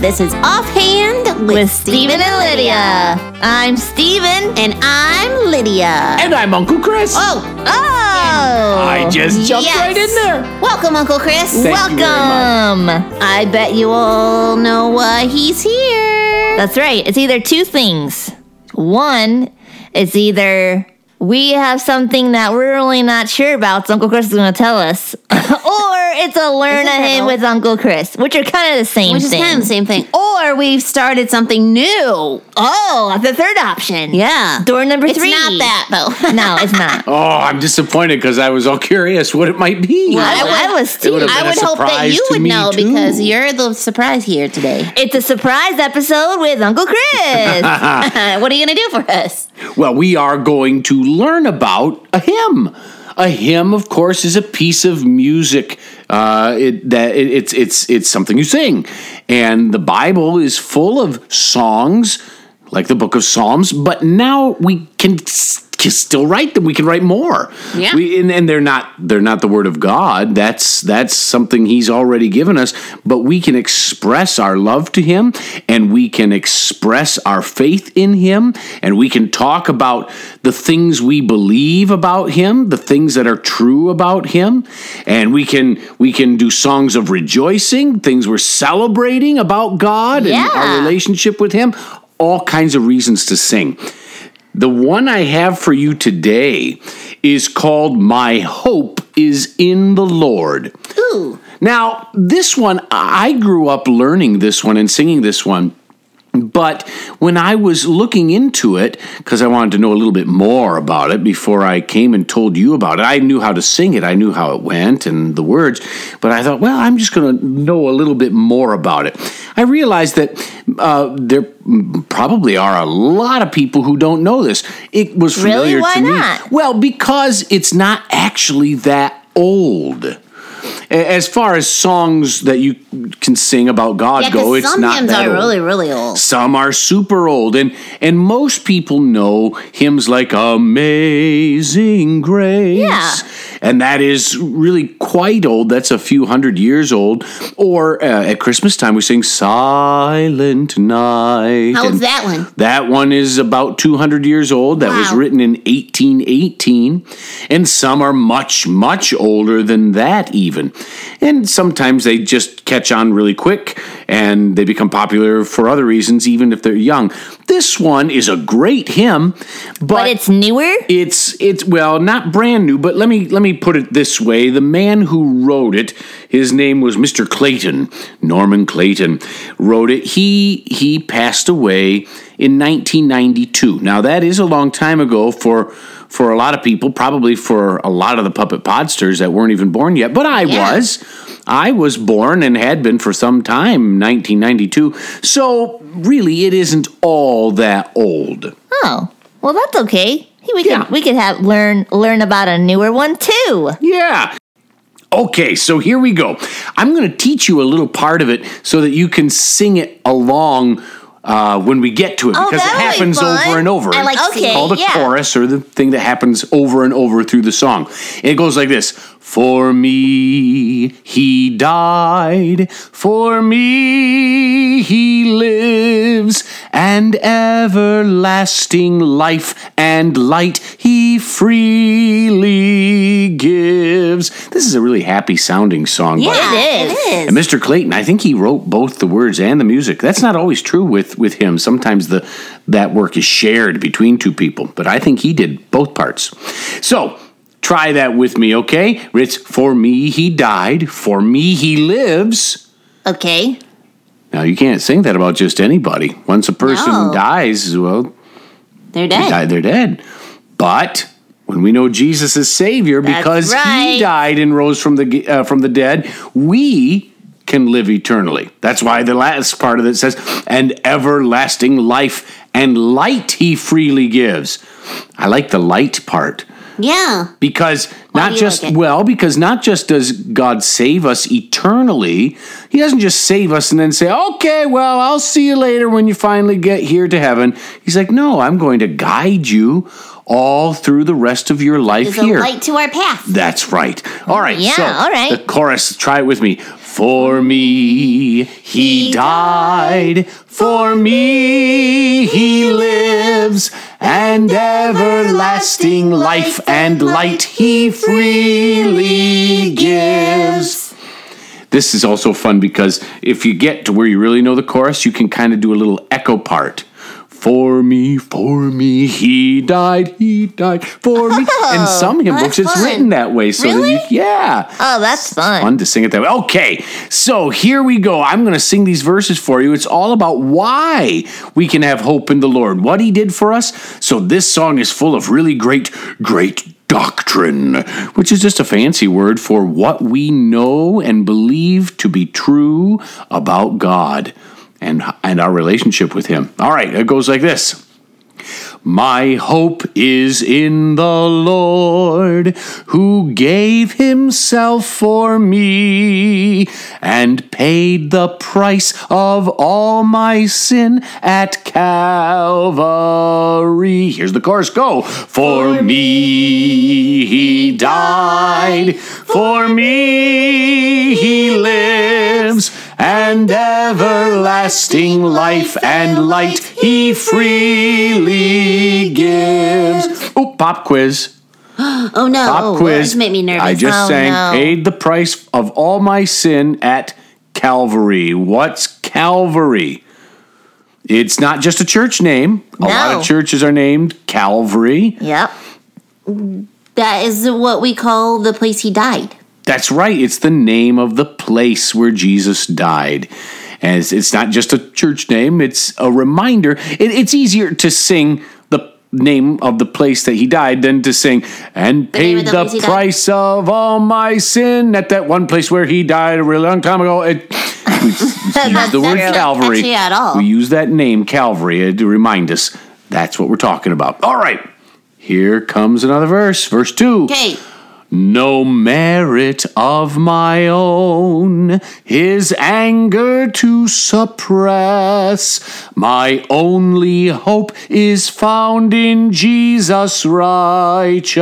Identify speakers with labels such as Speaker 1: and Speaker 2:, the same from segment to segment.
Speaker 1: This is Offhand with,
Speaker 2: With
Speaker 1: Stephen
Speaker 2: Stephen
Speaker 1: and Lydia.
Speaker 2: I'm Steven.
Speaker 1: And I'm Lydia.
Speaker 3: And I'm Uncle Chris.
Speaker 1: Oh, oh!
Speaker 3: I just jumped
Speaker 1: Yes.
Speaker 3: right in there.
Speaker 1: Welcome, Uncle Chris.
Speaker 3: Thank you very
Speaker 1: Welcome.
Speaker 2: Um,
Speaker 1: I bet you all know why he's here.
Speaker 2: that's right. It's either two things. One, it's either we have something that we're really not sure about, so Uncle Chris is going to tell us, or it's a learn a
Speaker 1: Isn't that
Speaker 2: him
Speaker 1: all?
Speaker 2: with Uncle Chris, which are kind of the same
Speaker 1: Which is
Speaker 2: thing.
Speaker 1: kind of the same thing. Or we've started something new.
Speaker 2: Oh, the third option.
Speaker 1: Yeah.
Speaker 2: Door number
Speaker 1: It's
Speaker 2: three.
Speaker 1: not that, though.
Speaker 2: No, it's not.
Speaker 3: Oh, I'm disappointed because I was all curious what it might be.
Speaker 1: Well,
Speaker 2: I,
Speaker 1: I
Speaker 2: I
Speaker 1: would-
Speaker 2: was
Speaker 3: It would've
Speaker 2: too.
Speaker 3: been
Speaker 1: I
Speaker 3: a
Speaker 1: would hope that
Speaker 3: surprise
Speaker 1: you
Speaker 3: to
Speaker 1: would
Speaker 3: me,
Speaker 1: know
Speaker 3: too.
Speaker 1: because you're the surprise here today.
Speaker 2: It's a surprise episode with Uncle Chris.
Speaker 1: what are you going to do for us?
Speaker 3: Well, we are going to learn about a hymn. A hymn, of course, is a piece of music uh, it, that it, it's it's it's something you sing, and the Bible is full of songs, like the Book of Psalms. But now we can, s- can still write them. We can write more.
Speaker 1: Yeah.
Speaker 3: We, and, and they're not they're not the Word of God. That's that's something He's already given us. But we can express our love to Him, and we can express our faith in Him, and we can talk about the things we believe about Him, the things that are true about Him, and we can we can do songs of rejoicing, things we're celebrating about God and
Speaker 1: Yeah.
Speaker 3: our relationship with Him. All kinds of reasons to sing. The one I have for you today is called My Hope is in the Lord.
Speaker 1: Ooh.
Speaker 3: Now, this one, I grew up learning this one and singing this one. But when I was looking into it, because I wanted to know a little bit more about it before I came and told you about it, I knew how to sing it, I knew how it went and the words, but I thought, well, I'm just going to know a little bit more about it. I realized that uh, there probably are a lot of people who don't know this. It was familiar
Speaker 2: Why
Speaker 3: to me.
Speaker 2: not?
Speaker 3: Well, because it's not actually that old. A- As far as songs that you can sing about God
Speaker 1: Yeah,
Speaker 3: go,
Speaker 1: because
Speaker 3: it's
Speaker 1: some
Speaker 3: not
Speaker 1: hymns
Speaker 3: that
Speaker 1: are
Speaker 3: old
Speaker 1: really, really old.
Speaker 3: some are super old and and most people know hymns like amazing grace
Speaker 2: Yeah.
Speaker 3: and that is really quite old that's a few hundred years old or uh, at christmas time we sing silent night
Speaker 1: How old's
Speaker 3: and
Speaker 1: that one?
Speaker 3: that one is about 200 years old. That was
Speaker 1: Wow.
Speaker 3: written in 1818. And some are much, much older than that, even. And sometimes they just catch on really quick and they become popular for other reasons, even if they're young. This one is a great hymn, but,
Speaker 2: but it's newer.
Speaker 3: it's it's well not brand new but let me let me put it this way the man who wrote it his name was mr clayton norman clayton wrote it he he passed away in 1992 now that is a long time ago for for a lot of people probably for a lot of the puppet podsters that weren't even born yet but i
Speaker 1: Yeah.
Speaker 3: was i was born and had been for some time 1992 so really it isn't all that old
Speaker 2: Oh, well, that's okay. Hey, We
Speaker 3: Yeah.
Speaker 2: could we could have learn learn about a newer one too.
Speaker 3: Yeah. Okay, so here we go. I'm going to teach you a little part of it so that you can sing it along uh, when we get to it because it
Speaker 2: that'll Oh, be
Speaker 3: happens
Speaker 2: fun.
Speaker 3: over and over.
Speaker 2: I like
Speaker 3: It's
Speaker 2: singing,
Speaker 3: called a
Speaker 2: yeah.
Speaker 3: chorus or the thing that happens over and over through the song. And it goes like this For me, he died. For me, he lives. And everlasting life and light he freely gives. This is a really happy sounding song. by the
Speaker 2: Yeah, it is.
Speaker 3: and Mr. Clayton, I think he wrote both the words and the music. That's not always true with with him. Sometimes the that work is shared between two people, but I think he did both parts. So try that with me, okay? It's for me he died, for me he lives.
Speaker 1: Okay.
Speaker 3: Now you can't sing that about just anybody. Once a person
Speaker 1: No.
Speaker 3: dies, well,
Speaker 1: They're
Speaker 3: they
Speaker 1: dead.
Speaker 3: died, they're dead. But when we know Jesus is Savior, because
Speaker 2: right.
Speaker 3: He died and rose from the ge- uh, from the dead, we can live eternally. That's why the last part of it says, "And everlasting life and light He freely gives." I like the light part
Speaker 1: Yeah.
Speaker 3: because
Speaker 1: do
Speaker 3: not
Speaker 1: you
Speaker 3: just
Speaker 1: like it?
Speaker 3: well because not just does god save us eternally he doesn't just save us and then say okay well i'll see you later when you finally get here to heaven he's like no i'm going to guide you all through the rest of your life
Speaker 1: There's
Speaker 3: here.
Speaker 1: a light to our path.
Speaker 3: That's right. All right.
Speaker 2: Yeah,
Speaker 3: so
Speaker 2: all right.
Speaker 3: The chorus. Try it with me. For me, he
Speaker 1: He
Speaker 3: died. For me, he lives. And everlasting life and light he freely gives. This is also fun because if you get to where you really know the chorus, you can kind of do a little echo part. For me, for me, he died, he died, for me. In some hymn books, it's
Speaker 1: fun.
Speaker 3: written that way. So
Speaker 1: Really?
Speaker 3: that you, yeah
Speaker 2: Oh, that's fun.
Speaker 3: fun to sing it that way. Okay, so here we go. I'm going to sing these verses for you. It's all about why we can have hope in the Lord, what He did for us. So this song is full of really great, great doctrine, which is just a fancy word for what we know and believe to be true about God and, and our relationship with Him. All right, it goes like this. My hope is in the Lord, who gave himself for me and paid the price of all my sin at Calvary. Here's the chorus go. For me he died, for me he lives, and everlasting life and light he freely gives. Oh, pop quiz.
Speaker 1: Oh no!
Speaker 3: Pop
Speaker 1: Oh,
Speaker 3: quiz.
Speaker 1: Words make me nervous.
Speaker 3: I just
Speaker 2: Oh,
Speaker 3: sang
Speaker 2: no.
Speaker 3: paid the price of all my sin at Calvary. What's Calvary? It's not just a church name. A lot
Speaker 2: No.
Speaker 3: of churches are named Calvary.
Speaker 2: Yep.
Speaker 1: that is what we call the place he died.
Speaker 3: That's right. It's the name of the place where Jesus died. And it's, it's not just a church name, it's a reminder. It, it's easier to sing the name of the place that he died than to sing, and
Speaker 1: name
Speaker 3: paid
Speaker 1: of
Speaker 3: the,
Speaker 1: the place he died."
Speaker 3: price of all my sin at that one place where he died a really long time ago. It, we use the word
Speaker 1: really
Speaker 3: Calvary.
Speaker 1: catchy at all.
Speaker 3: We use that name, Calvary, uh, to remind us that's what we're talking about. All right. Here comes another verse, verse 2.
Speaker 1: Okay.
Speaker 3: No merit of my own, his anger to suppress. My only hope is found in Jesus'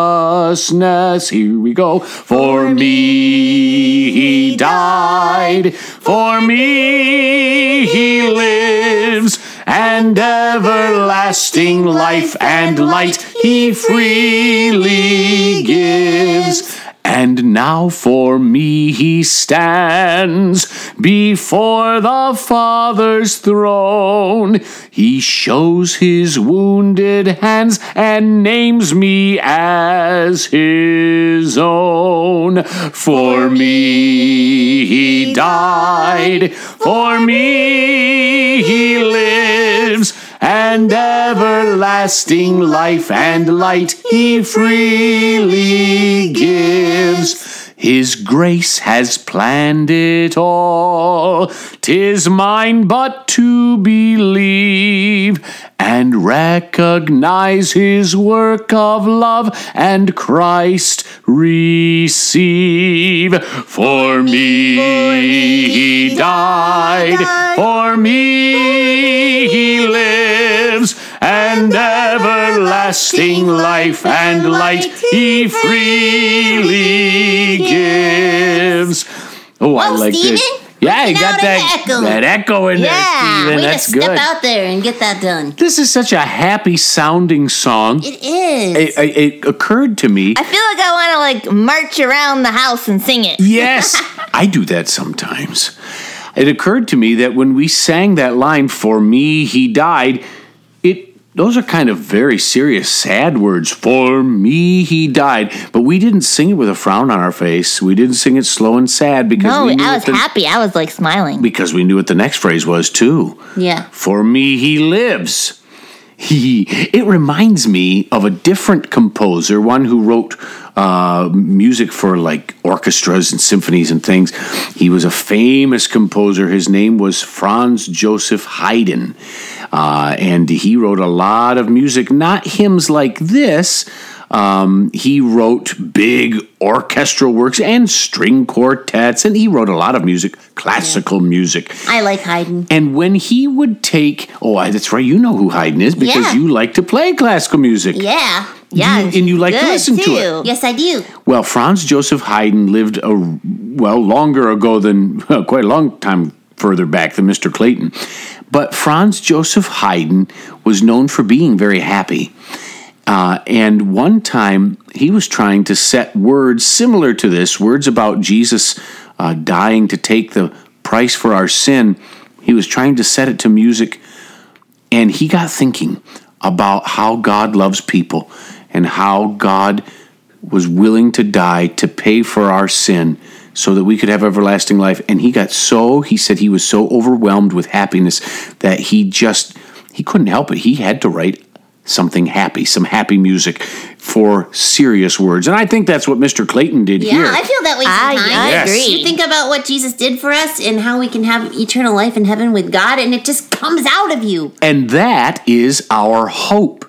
Speaker 3: righteousness. Here we go. For me he died, for me he lives, and everlasting life and light he freely gives. And now for me he stands before the Father's throne. He shows his wounded hands and names me as his own. For me he died, for me he lives, and everlasting life and light he freely gives. His grace has planned it all. Tis mine but to believe and recognize his work of love and Christ receive. For me, he died. For me, he lives. And everlasting life and light he freely gives. Oh, I
Speaker 1: Whoa,
Speaker 3: like this.
Speaker 1: Stephen,
Speaker 3: Yeah, you
Speaker 1: working
Speaker 3: got
Speaker 1: out
Speaker 3: that
Speaker 1: an echo.
Speaker 3: that echo in
Speaker 1: Yeah,
Speaker 3: there, Stephen.
Speaker 1: way
Speaker 3: That's
Speaker 1: to step
Speaker 3: good.
Speaker 1: out there and get that done.
Speaker 3: This is such a happy sounding song.
Speaker 1: It is.
Speaker 3: It, it, it occurred to me.
Speaker 2: I feel like I want to like march around the house and sing it.
Speaker 3: Yes, I do that sometimes. It occurred to me that when we sang that line, "For me he died," it those are kind of very serious, sad words. For me he died, but we didn't sing it with a frown on our face. We didn't sing it slow and sad because
Speaker 2: No,
Speaker 3: we knew
Speaker 2: I
Speaker 3: what
Speaker 2: was
Speaker 3: the,
Speaker 2: happy. I was like smiling.
Speaker 3: because we knew what the next phrase was too.
Speaker 1: yeah.
Speaker 3: For me, he lives. He. It reminds me of a different composer, one who wrote uh, music for like orchestras and symphonies and things. He was a famous composer. His name was Franz Joseph Haydn, uh, and he wrote a lot of music, not hymns like this. Um, he wrote big orchestral works and string quartets, and he wrote a lot of music, classical music.
Speaker 1: I like Haydn.
Speaker 3: And when he would take, oh, I- that's right, you know who Haydn is because
Speaker 1: Yeah.
Speaker 3: you like to play classical music.
Speaker 1: Yeah.
Speaker 2: Yeah,
Speaker 3: You- and you like to
Speaker 2: good,
Speaker 3: listen to it.
Speaker 2: too.
Speaker 1: Yes, I do.
Speaker 3: Well, Franz Joseph Haydn lived a well longer ago than quite a long time further back than Mr. Clayton. But Franz Joseph Haydn was known for being very happy. Uh, and one time he was trying to set words similar to this, words about Jesus uh, dying to take the price for our sin. He was trying to set it to music and he got thinking about how God loves people and how God was willing to die to pay for our sin so that we could have everlasting life. And he got so, he said he was so overwhelmed with happiness that he just, he couldn't help it. He had to write something happy, some happy music for serious words. And I think that's what Mr. Clayton did
Speaker 1: Yeah,
Speaker 3: here.
Speaker 1: I feel that way
Speaker 2: I,
Speaker 1: sometimes.
Speaker 2: I
Speaker 3: Yes.
Speaker 2: agree.
Speaker 1: You think about what Jesus did for us and how we can have eternal life in heaven with God, and it just comes out of you.
Speaker 3: And that is our hope.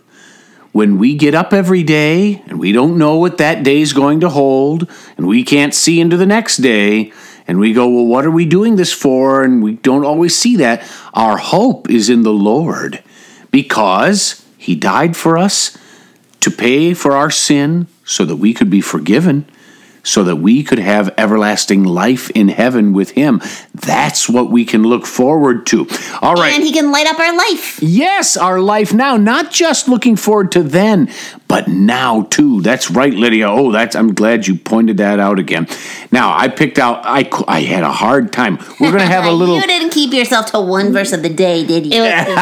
Speaker 3: When we get up every day and we don't know what that day's going to hold, and we can't see into the next day, and we go, Well, what are we doing this for? And we don't always see that. Our hope is in the Lord because He died for us to pay for our sin so that we could be forgiven, so that we could have everlasting life in heaven with Him. That's what we can look forward to. All right.
Speaker 1: And he can light up our life.
Speaker 3: Yes, our life now, not just looking forward to then, but now too. That's right, Lydia. Oh, that's I'm glad you pointed that out again. Now, I picked out I cou- I had a hard time. We're going to have a little
Speaker 1: You didn't keep yourself to one verse of the day, did you?
Speaker 2: It was-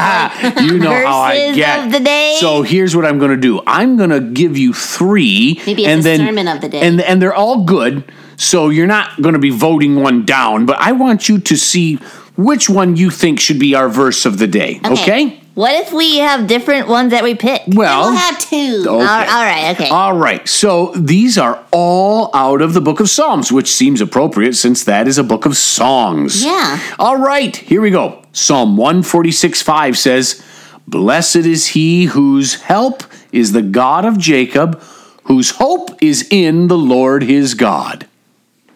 Speaker 3: you know how I
Speaker 2: Verses
Speaker 3: get.
Speaker 2: of the day.
Speaker 3: So here's what I'm going to do. I'm going to give you 3
Speaker 1: Maybe it's
Speaker 3: and
Speaker 1: a
Speaker 3: then
Speaker 1: sermon of the day.
Speaker 3: And and they're all good. So you're not going to be voting one down, but I want you to see which one you think should be our verse of the day, okay?
Speaker 2: What if we have different ones that we pick?
Speaker 3: Well,
Speaker 1: We'll have two.
Speaker 3: Okay.
Speaker 2: All- all right, okay.
Speaker 3: All right. So these are all out of the book of Psalms, which seems appropriate since that is a book of songs.
Speaker 1: Yeah.
Speaker 3: All right. Here we go. Psalm 146 5 says, Blessed is he whose help is the God of Jacob, whose hope is in the Lord his God.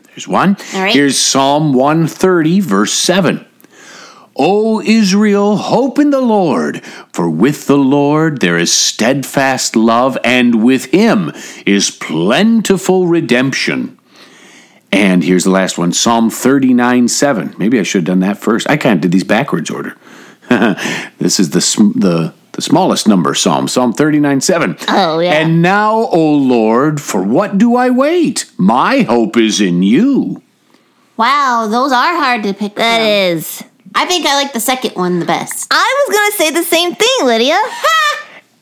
Speaker 3: There's one.
Speaker 1: All right.
Speaker 3: Here's Psalm 130, verse 7. O Israel, hope in the Lord, for with the Lord there is steadfast love, and with him is plentiful redemption. And here's the last one Psalm 39 7. Maybe I should have done that first. I kind of did these backwards order. this is the, sm- the, the smallest number psalm, Psalm 39 7.
Speaker 2: Oh, yeah.
Speaker 3: And now, O Lord, for what do I wait? My hope is in you.
Speaker 1: Wow, those are hard to pick.
Speaker 2: That
Speaker 1: from.
Speaker 2: is.
Speaker 1: I think I like the second one the best.
Speaker 2: I was gonna say the same thing, Lydia.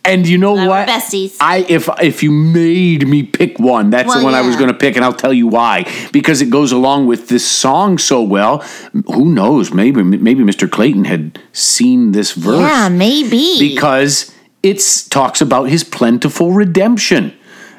Speaker 3: And you know
Speaker 1: we're
Speaker 3: what?
Speaker 1: besties.
Speaker 3: I if if you made me pick one, that's the
Speaker 1: Well,
Speaker 3: one I was
Speaker 1: yeah.
Speaker 3: going to pick, and I'll tell you why. Because it goes along with this song so well. Who knows? Maybe maybe Mr. Clayton had seen this verse
Speaker 2: yeah, maybe.
Speaker 3: because it talks about his plentiful redemption.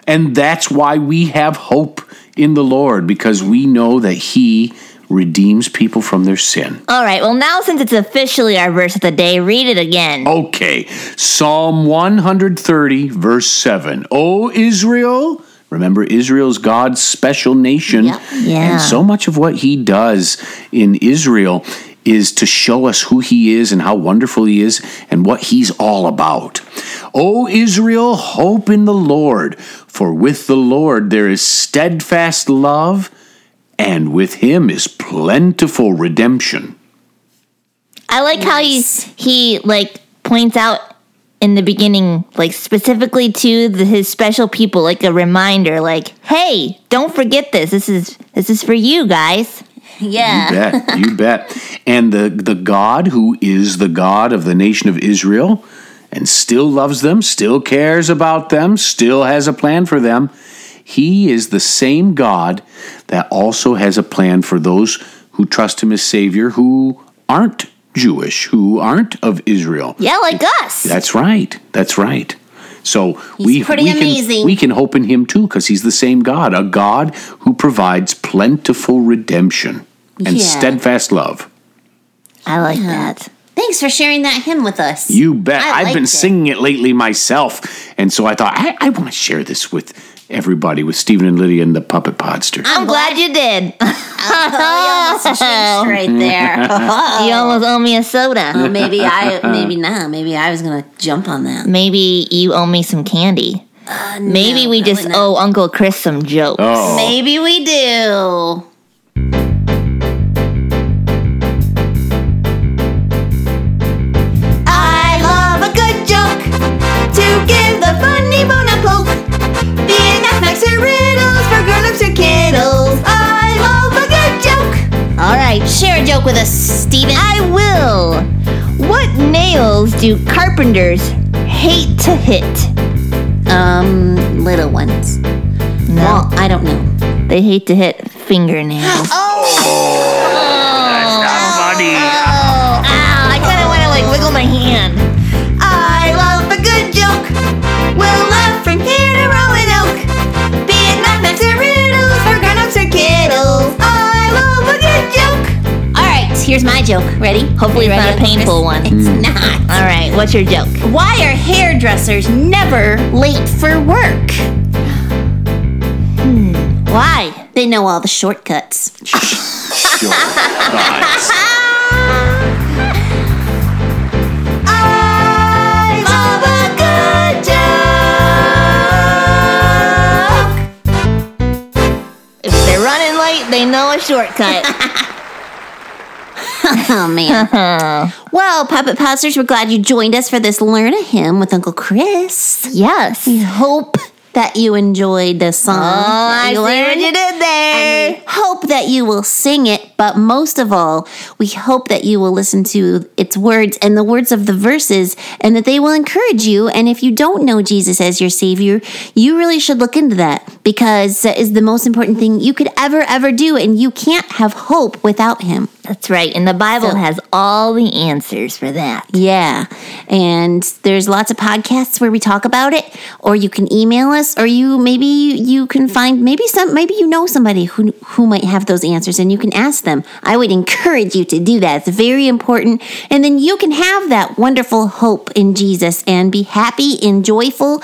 Speaker 3: And that's why we have hope in the Lord because we know that he redeems people from their sin.
Speaker 2: All right. Well, now since it's officially our verse of the day, read it again.
Speaker 3: Okay, Psalm 130, verse 7. O Israel, remember Israel's God's special nation.
Speaker 1: Yep.
Speaker 2: Yeah.
Speaker 3: And so much of what he does in Israel is to show us who he is and how wonderful he is and what he's all about. O Israel, hope in the Lord, for with the Lord there is steadfast love, and with him is plentiful redemption.
Speaker 2: I like how he he like points out in the beginning, like specifically to the, his special people, like a reminder, like, "Hey, don't forget this. This is this is for you guys."
Speaker 1: Yeah.
Speaker 3: bet. You bet. And the, the God who is the God of the nation of Israel and still loves them, still cares about them, still has a plan for them, he is the same God that also has a plan for those who trust him as Savior who aren't Jewish, who aren't of Israel.
Speaker 2: Yeah, like us.
Speaker 3: That's right. That's right. So we,
Speaker 1: pretty
Speaker 3: we can
Speaker 1: amazing.
Speaker 3: we can hope in him too because he's the same God, a God who provides plentiful redemption and
Speaker 1: Yeah.
Speaker 3: steadfast love.
Speaker 2: I like that.
Speaker 1: Thanks for sharing that hymn with us.
Speaker 3: You bet.
Speaker 1: I
Speaker 3: I've
Speaker 1: liked
Speaker 3: been
Speaker 1: it.
Speaker 3: singing it lately myself. And so I thought, I, I want to share this with everybody, with Stephen and Lydia and the Puppet Podster.
Speaker 2: I'm glad you did.
Speaker 1: Oh, you almost jinxed right there. Oh,
Speaker 2: You almost owe me a soda.
Speaker 1: maybe I, maybe not. Maybe I was gonna jump on that.
Speaker 2: Maybe you owe me some candy.
Speaker 1: Uh,
Speaker 2: Maybe
Speaker 1: no,
Speaker 2: we
Speaker 1: probably
Speaker 2: just
Speaker 1: not.
Speaker 2: owe Uncle Chris some jokes.
Speaker 3: Oh.
Speaker 1: Maybe we do.
Speaker 4: I love a good joke to give the funny bone a poke. Being knickknacks or riddles for grown-ups or kiddles. I love a good joke.
Speaker 1: All right, share a joke with us, Steven.
Speaker 2: I will. What nails do carpenters hate to hit?
Speaker 1: Um, little ones. Well, I don't know.
Speaker 2: They hate to hit fingernails. Oh, ow,
Speaker 4: Ah,
Speaker 2: I kind of want to like wiggle my hand.
Speaker 4: I love a good joke. We'll laugh from here to Roanoke. Being knickknacks or riddles for grown-ups or kiddles. I love a good joke.
Speaker 1: All right, here's my joke. Ready?
Speaker 2: Hopefully
Speaker 1: You
Speaker 2: it's not
Speaker 1: ready,
Speaker 2: a painful
Speaker 1: Chris?
Speaker 2: one.
Speaker 1: It's not.
Speaker 2: All right, what's your joke?
Speaker 1: Why are hairdressers never late for work?
Speaker 2: Why?
Speaker 1: They know all the shortcuts.
Speaker 3: Sure. Guys.
Speaker 4: I love a good joke.
Speaker 2: If they're running late, they know a shortcut.
Speaker 1: Oh man. well, puppet posters, we're glad you joined us for this learn a hymn with Uncle Chris.
Speaker 2: yes.
Speaker 1: Hope that you enjoyed the song.
Speaker 2: Oh,
Speaker 1: that
Speaker 2: I see
Speaker 1: you
Speaker 2: what
Speaker 1: learned.
Speaker 2: you did there.
Speaker 1: And we hope that you will sing it, but most of all, we hope that you will listen to its words and the words of the verses and that they will encourage you. And if you don't know Jesus as your Savior, you really should look into that because that is the most important thing you could ever, ever do. And you can't have hope without Him.
Speaker 2: That's right, and the Bible
Speaker 1: So-
Speaker 2: has all the answers for that.
Speaker 1: Yeah. And there's lots of podcasts where we talk about it, or you can email us, or you maybe you can find maybe some maybe you know somebody who who might have those answers and you can ask them. I would encourage you to do that. It's very important. And then you can have that wonderful hope in Jesus and be happy and joyful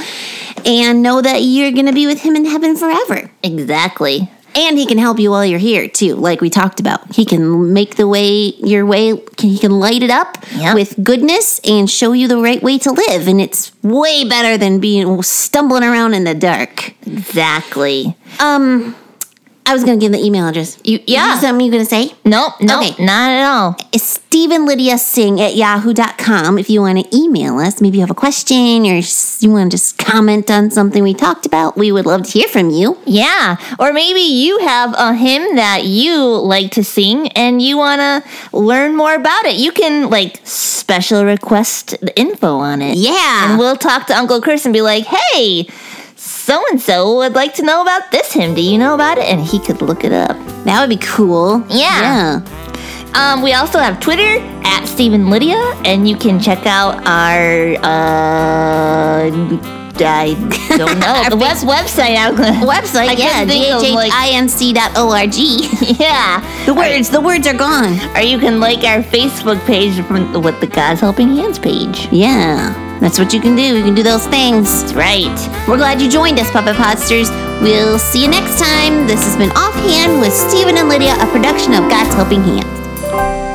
Speaker 1: and know that you're going to be with him in heaven forever.
Speaker 2: Exactly.
Speaker 1: And he can help you while you're here too, like we talked about. He can make the way your way. Can, he can light it up
Speaker 2: Yeah.
Speaker 1: with goodness and show you the right way to live. And it's way better than being stumbling around in the dark.
Speaker 2: Exactly.
Speaker 1: Um, I was gonna give the email address. You,
Speaker 2: yeah.
Speaker 1: is there something you gonna say?
Speaker 2: Nope, nope,
Speaker 1: Okay.
Speaker 2: not at all.
Speaker 1: It's Stephen Lydia Singh at yahoo.com. If you want to email us, maybe you have a question or s- you want to just comment on something we talked about, we would love to hear from you.
Speaker 2: Yeah, or maybe you have a hymn that you like to sing and you want to learn more about it. You can like special request the info on it.
Speaker 1: Yeah.
Speaker 2: And we'll talk to Uncle Chris and be like, hey, so and so would like to know about this hymn. Do you know about it? And he could look it up.
Speaker 1: That would be cool.
Speaker 2: Yeah.
Speaker 1: Yeah.
Speaker 2: Um, we also have Twitter at Stephen Lydia, and you can check out our uh, I don't know the web website. I'm gonna,
Speaker 1: website. yeah,
Speaker 2: couldn't think of, like-
Speaker 1: jhinc.org.
Speaker 2: yeah,
Speaker 1: The words, the words are gone.
Speaker 2: or you can like our Facebook page from with the God's Helping Hands page.
Speaker 1: Yeah, that's what you can do. You can do those things.
Speaker 2: That's right.
Speaker 1: We're glad you joined us, Puppet Podsters. We'll see you next time. This has been Offhand with Stephen and Lydia, a production of God's Helping Hand.